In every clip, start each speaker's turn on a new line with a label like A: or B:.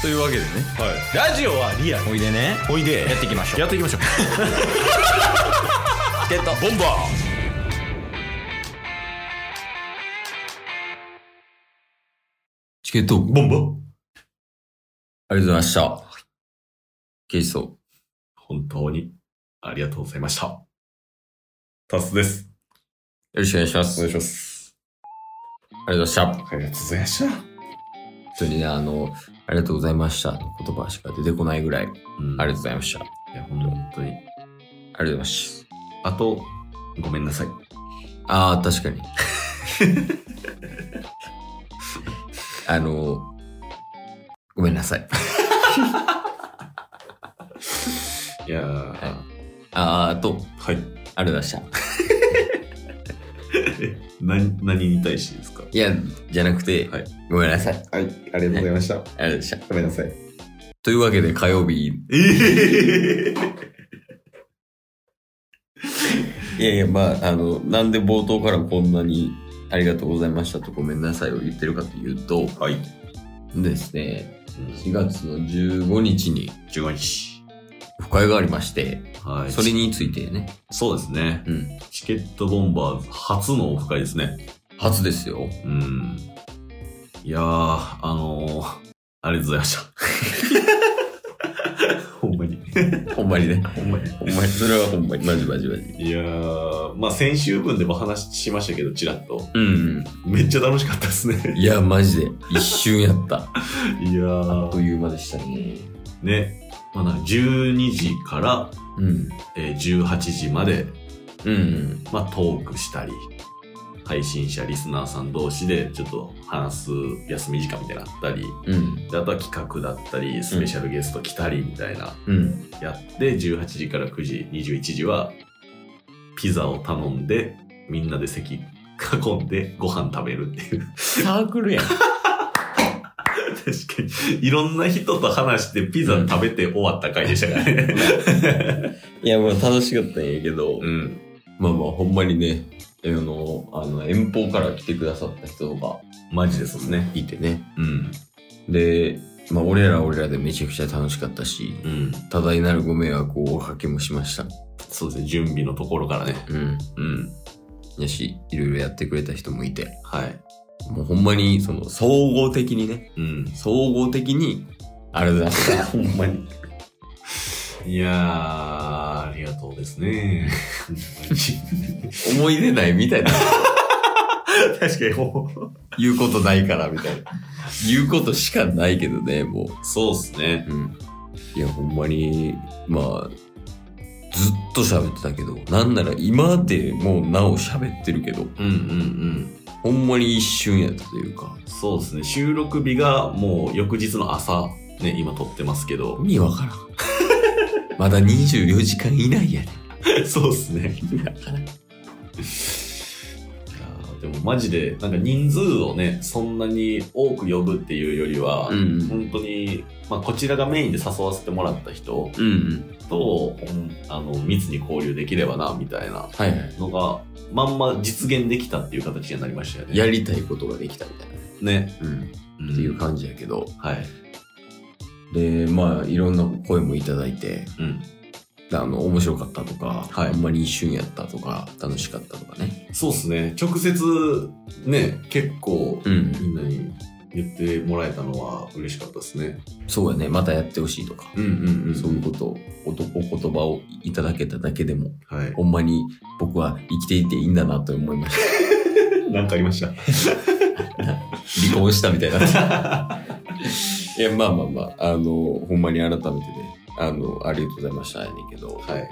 A: というわけでね
B: はい、ラジオはリアル
A: おいでね
B: おいで
A: やっていきましょう
B: やって いきましょう
A: ゲット
B: ボンバ
A: チケット
B: ーボンバー
A: ありがとうございましたケイソ
B: 本当にありがとうございましたタスです
A: ーよろしくお願いしますありがと
B: ま
A: うござ
B: す
A: いました
B: ありがとうございました
A: 本当にねあのありがとうございましたの言葉しか出てこないぐらいあり
B: うん
A: がとうございましたあ
B: いや本当に
A: りがとうございました
B: あとごめんなさい
A: ああ確かにあのごめんなさい
B: いやー
A: いあーと
B: は
A: あ
B: い、
A: りがとうございました
B: え何何に対してですか
A: いやじゃなくて、
B: はい
A: ごめんなさいあり
B: はいありがとうございました、
A: がとうございました
B: ごめんなさい
A: というわけで火曜日
B: ええ
A: いやいや、まあ、あの、なんで冒頭からこんなにありがとうございましたとごめんなさいを言ってるかというと、
B: はい
A: ですね、4月の15日に
B: 15日
A: オフ会がありまして、
B: はい
A: それについてね、
B: そうですね
A: うん、
B: チケットボンバーズ初のオフ会ですね
A: 初ですよ。
B: うん。いやー、あのー、ありがとうございました。ほんまに。
A: ほんまにね。
B: ほんまに。
A: ほんまに、それはほんまに。マジマジマジ。
B: いやー、まあ先週分でも話しましたけど、ちらっと。
A: うん、
B: めっちゃ楽しかったですね
A: うん。。いや、マジで。一瞬やった。
B: いや
A: あっと
B: ー、
A: いう間でしたね。
B: ね。まあなんか12時から、
A: うん。
B: えー18時まで、
A: うん。
B: まあトークしたり、配信者、リスナーさん同士でちょっと話す休み時間みたいなのあったり、
A: うん。
B: であとは企画だったり、スペシャルゲスト来たりみたいな。
A: うん。
B: やって18時から9時21時はピザを頼んでみんなで席囲んでご飯食べるっていう
A: サークルやん。
B: 確かにいろんな人と話してピザ食べて終わった回でしたからね
A: いや、もう楽しかったんやけど、
B: うん
A: まあまあ、ほんまにね、あの、あの遠方から来てくださった人が
B: マジでそうですね
A: いてね。
B: うん
A: で、まあ、俺らは俺らでめちゃくちゃ楽しかったし、
B: うん
A: 多大なるご迷惑をおかけもしました。
B: そうですね準備のところからね
A: うん。
B: うん
A: やし、いろいろやってくれた人もいて、
B: はい
A: もうほんまに、その、総合的にね、
B: うん
A: 総合的に、あれだった。ほんまに。
B: いやーありがとうですね
A: 思い出ないみたいな。
B: 確かにほう
A: 言うことないから、みたいな。言うことしかないけどね、もう。
B: そうですね
A: うん、いやほんまにまあずっと喋ってたけどなんなら今でもうなお喋ってるけど
B: うんうんうん
A: ほんまに一瞬やったというか
B: そうですね収録日がもう翌日の朝ね今撮ってますけど
A: 意味わ からんまだ24時間以内やで、
B: そうですね
A: ね、
B: でもマジでなんか人数をねそんなに多く呼ぶっていうよりは、
A: うん
B: 本当に、まあ、こちらがメインで誘わせてもらった人
A: うんうん
B: とほんあの密に交流できればなみたいな
A: はいはい
B: のがまんま実現できたっていう形になりましたよね。
A: やりたいことができたみたいな、
B: ね、
A: うん、
B: うん
A: っていう感じやけど
B: はい、
A: でまあいろんな声もいただいて
B: うん、
A: あの面白かったとか、
B: はい
A: あんまり一瞬やったとか楽しかったとかね
B: そうですね直接ね結構
A: うん
B: みんなに言ってもらえたのは嬉しかったですね。
A: そうやねまたやってほしいとか
B: うんうん
A: そういうことを、男言葉をいただけただけでも、
B: と。はい。
A: ほんまに僕は生きていていいんだなと思いまし
B: なんかありました。
A: た。離婚したみたいな。い や、まあまあまあ、あの、ほんまに改めてね、あの、ありがとうございましたやねんけど、
B: はい。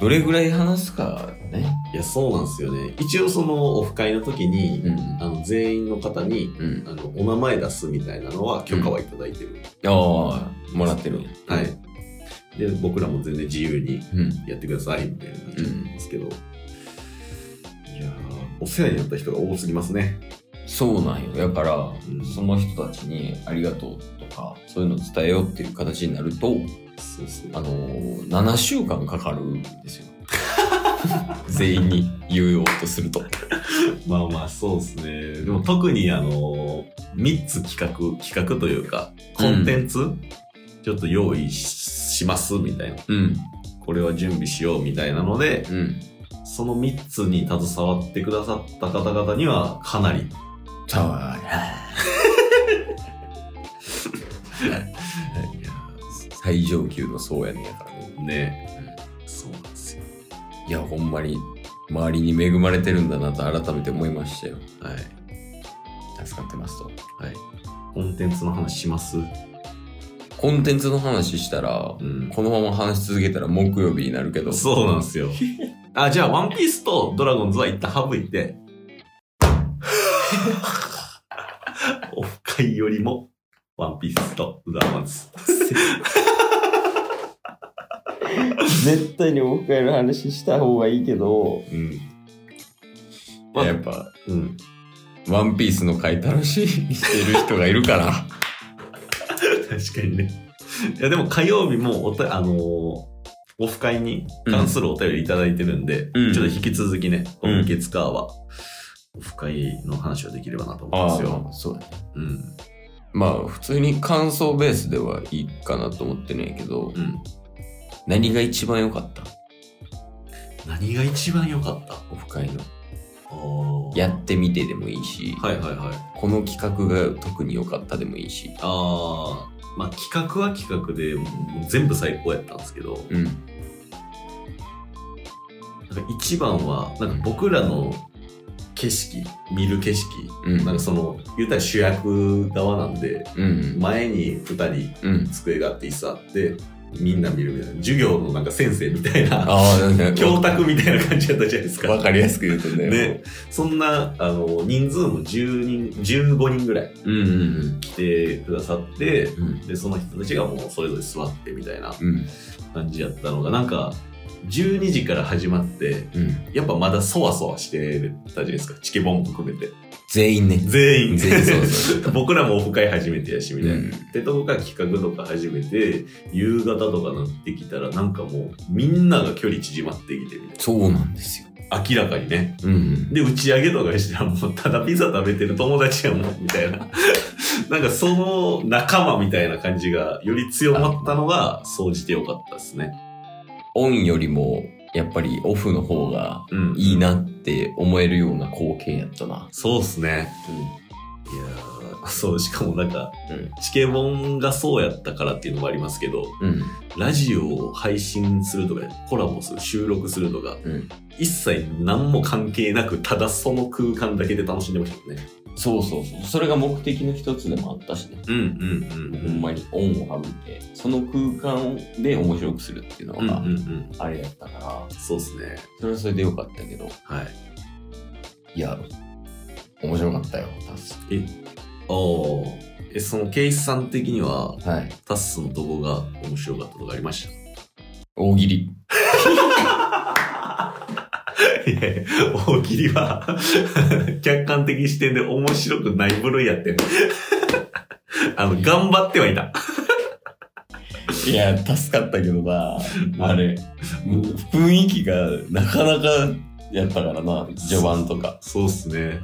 A: どれぐらい話すかね。
B: いや、そうなんですよね。一応そのオフ会の時に、
A: うん
B: あ。の、全員の方に、
A: うん。
B: あの、お名前出すみたいなのは許可はいただいてる。
A: ああ、もらってるんや。
B: はい。。で、僕らも全然自由に
A: うん。
B: やってくださいみたいな感じなんですけど。いやーお世話になった人が多すぎますね。
A: そうなんよ。だから、
B: ん
A: その人たちにありがとうとか、そういうの伝えようっていう形になると、
B: そうそう
A: あのー、7週間かかるんですよ。 全員に言おうとすると。
B: まあまあそうですねでも特にあの3つ企画、企画というか、コンテンツ、ちょっと用意ししますみたいな。
A: うん。
B: これは準備しようみたいなので、
A: うん。
B: その3つに携わってくださった方々には、かなり、
A: そうだ。最上級のそうやねんやからね。
B: ね、そうなんですよ。
A: いや、ほんまに、周りに恵まれてるんだなと改めて思いましたよ。
B: はい。
A: 助かってますと。
B: はい。コンテンツの話します
A: コンテンツの話したら、
B: うん。
A: このまま話し続けたら木曜日になるけど。
B: そうなんですよ。あ、じゃあ、ワンピースとドラゴンズは一旦省いて、 オフ会よりも、ワンピースとドラゴンズ。
A: 絶対に僕らの話した方がいいけど、
B: うん。まあ
A: やっぱ、
B: うん。
A: ワンピースの回楽しみにしてる人がいるから。
B: 確かにね。いや、でも火曜日もおた、あのーオフ会に関するお便りいただいてるんで、
A: うん
B: ちょっと引き続きね、
A: うん
B: 今月かは、オフ会の話をできればなと思うんですよ。、
A: そうだね。
B: うん。
A: まあ、普通に感想ベースではいいかなと思ってるんやけど
B: う、ん。
A: 何が一番良かった
B: 何が一番良かった
A: オフ会の。
B: おー
A: やってみてでもいいし、
B: はいはいはい。
A: この企画が特に良かったでもいいし。
B: あー、まあ企画は企画で、もう全部最高やったんですけど、
A: うん。
B: なんか一番は、なんか僕らの景色、見る景色、
A: うん。
B: なんかその、言ったら主役側なんで、
A: うん。
B: 前に2人
A: うん。
B: 机があって椅子あってみんな見るみたいな授業のなんか先生みたいな
A: ああ、なんか、
B: 教託みたいな感じだったじゃないです
A: わ
B: か
A: かりやすく言うとね。
B: ねそんなあの人数も10人15人ぐらい
A: うんうん
B: 来てくださって
A: うん。うん。
B: でその人たちがもうそれぞれ座ってみたいな
A: うん。
B: 感じやったのがなんか12時から始まって
A: うん。
B: やっぱまだそわそわしてたじゃないですかチケボンも含めて
A: 全員ね。
B: 全員
A: 全員そうそ
B: 僕らもオフ会初めてやしみたいな、
A: うん
B: ってとこから企画とか始めて夕方とかなってきたらなんかもうみんなが距離縮まってきてみたい
A: そうなんですよ。
B: な明らかにね
A: うん。
B: で打ち上げとかしたらもうただピザ食べてる友達やもんみたいな なんかその仲間みたいな感じがより強まったのが総じてよかったですね
A: オンよりも、やっぱりオフの方が
B: うん
A: いいなって思えるような光景やったな。
B: そうっすねいやーそうしかもなんか、
A: うん
B: チケボンがそうやったからっていうのもありますけど
A: うん。うん。
B: ラジオを配信するとかコラボする収録するとか
A: うん。
B: 一切何も関係なくただその空間だけで楽しんでましたもんね
A: そうそうそう。それが目的の一つでもあったしね。
B: うんうん
A: ほんまに恩を省いて、その空間で面白くするっていうの
B: うんうんう
A: が
B: ん
A: あれやったから、
B: そうっすね
A: それはそれでよかったけど、
B: はい
A: いや、面白かったよ、タス。
B: おおえそのケイスさん的には
A: はい。
B: タッスのとこが面白かったとかありまし
A: 大喜利。
B: たいやいや大喜利は 客観的視点で面白くない部類やって あの頑張ってはいた
A: いや、助かったけどな、あれ。もう雰囲気がなかなかやったからな、序盤とか。
B: そうっすね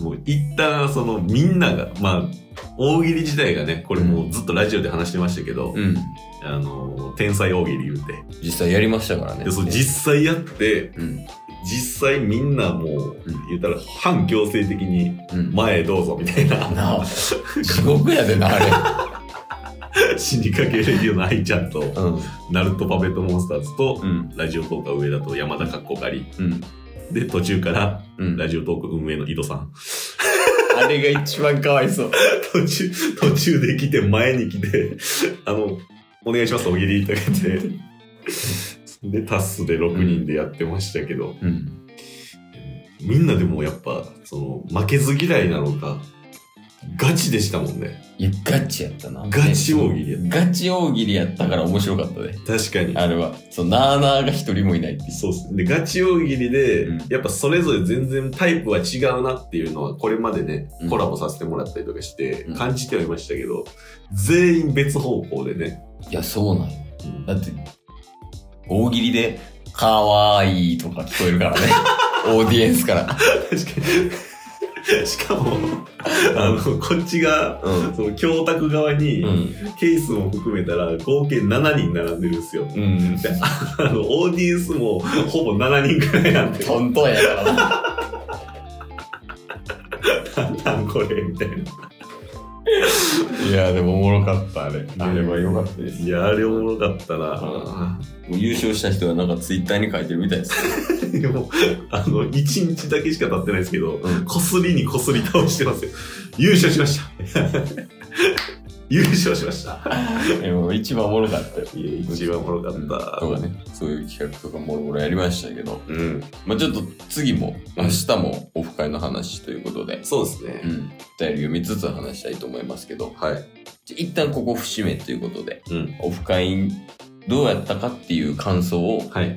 B: もう一旦そのみんながまあ大喜利自体がねこれもうずっとラジオで話してましたけど、
A: うん。
B: あの天才大喜利言うて
A: 実際やりましたからね。
B: でそう実際やって
A: うん。
B: 実際みんなもう
A: うん
B: 言ったら反強制的に
A: うん。
B: 前へどうぞみたいな
A: なあ、地獄やでな、あれ。
B: 死にかけレディオの愛ちゃん と
A: うん。
B: ナルトパペットモンスターズと
A: うん。
B: ラジオトークは上田と山田かっこかり
A: うん。
B: で途中から
A: うん。
B: ラジオトーク運営の井戸さん
A: あれが一番かわいそう。
B: 途中途中で来て前に来てあのお願いしますおぎりとか言ってでタスで6人でやってましたけど、
A: うん。
B: みんなでもやっぱその負けず嫌いなのかガチでしたもんね
A: いや、ガチやったな。
B: ガチ大喜利やっ
A: ガチ大喜利やったから面白かったね。
B: た確かに
A: あれは。そう、なーなーが一人もいないっていう。
B: そうっすねでガチ大喜利で、
A: うん
B: やっぱそれぞれ全然タイプは違うなっていうのはこれまでね、
A: うん
B: コラボさせてもらったりとかして
A: うん
B: 感じてはいましたけど、全員別方向でね、
A: いや、そうなんよ。だって、大喜利で、かわいいとか 聞こえるからね。オーディエンスから。
B: 確かにしかもあの、こっちが、
A: うん
B: その、教託側に、
A: うん
B: ケースも含めたら、合計7人並んでるんですよ。
A: うん
B: であの、オーディエンスも、ほぼ7人くらいなんで、
A: トントンやからな
B: なんなんこれ、みたいな。
A: いやでもおもろかったあれあれはよかったです
B: いや、あれおもろかったな
A: は。もう優勝した人がなんかツイッターに書いてるみたいです
B: でも、あの、一日だけしか経ってないですけど、
A: うん
B: こすりにこすり倒してますよ。優勝しました。 優勝しました。
A: いやもう一番おもろかったよ
B: いや、一番おもろかった。
A: とかねそういう企画とかもろもろやりましたけど
B: うん。
A: まあちょっと次も明日もオフ会の話ということで、
B: そうです
A: う
B: ね。
A: ん、お便り読みつつ話したいと思いますけど
B: はい。
A: じゃ一旦ここ節目ということで
B: うん。
A: オフ会どうやったかっていう感想を
B: はい。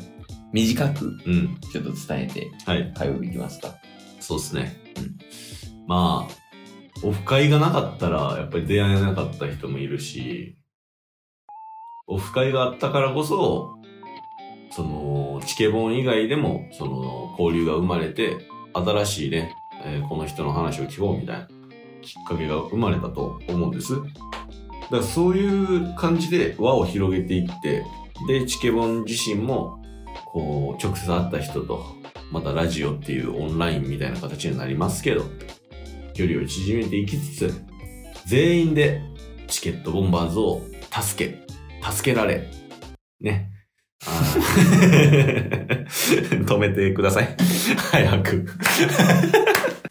A: 短く
B: うん。
A: ちょっと伝えて
B: はい。
A: 火曜日いきますか
B: そうですね。まあ、オフ会がなかったら、やっぱり出会えなかった人もいるし、オフ会があったからこそ、その、チケボン以外でも、その、交流が生まれて、新しいね、えーこの人の話を聞こうみたいなきっかけが生まれたと思うんです。だからそういう感じで輪を広げていって、で、チケボン自身も、こう、直接会った人とまたラジオっていうオンラインみたいな形になりますけど、距離を縮めていきつつ、全員でチケットボンバーズを助け、助けられ、ね。あー 止めてください。 早く。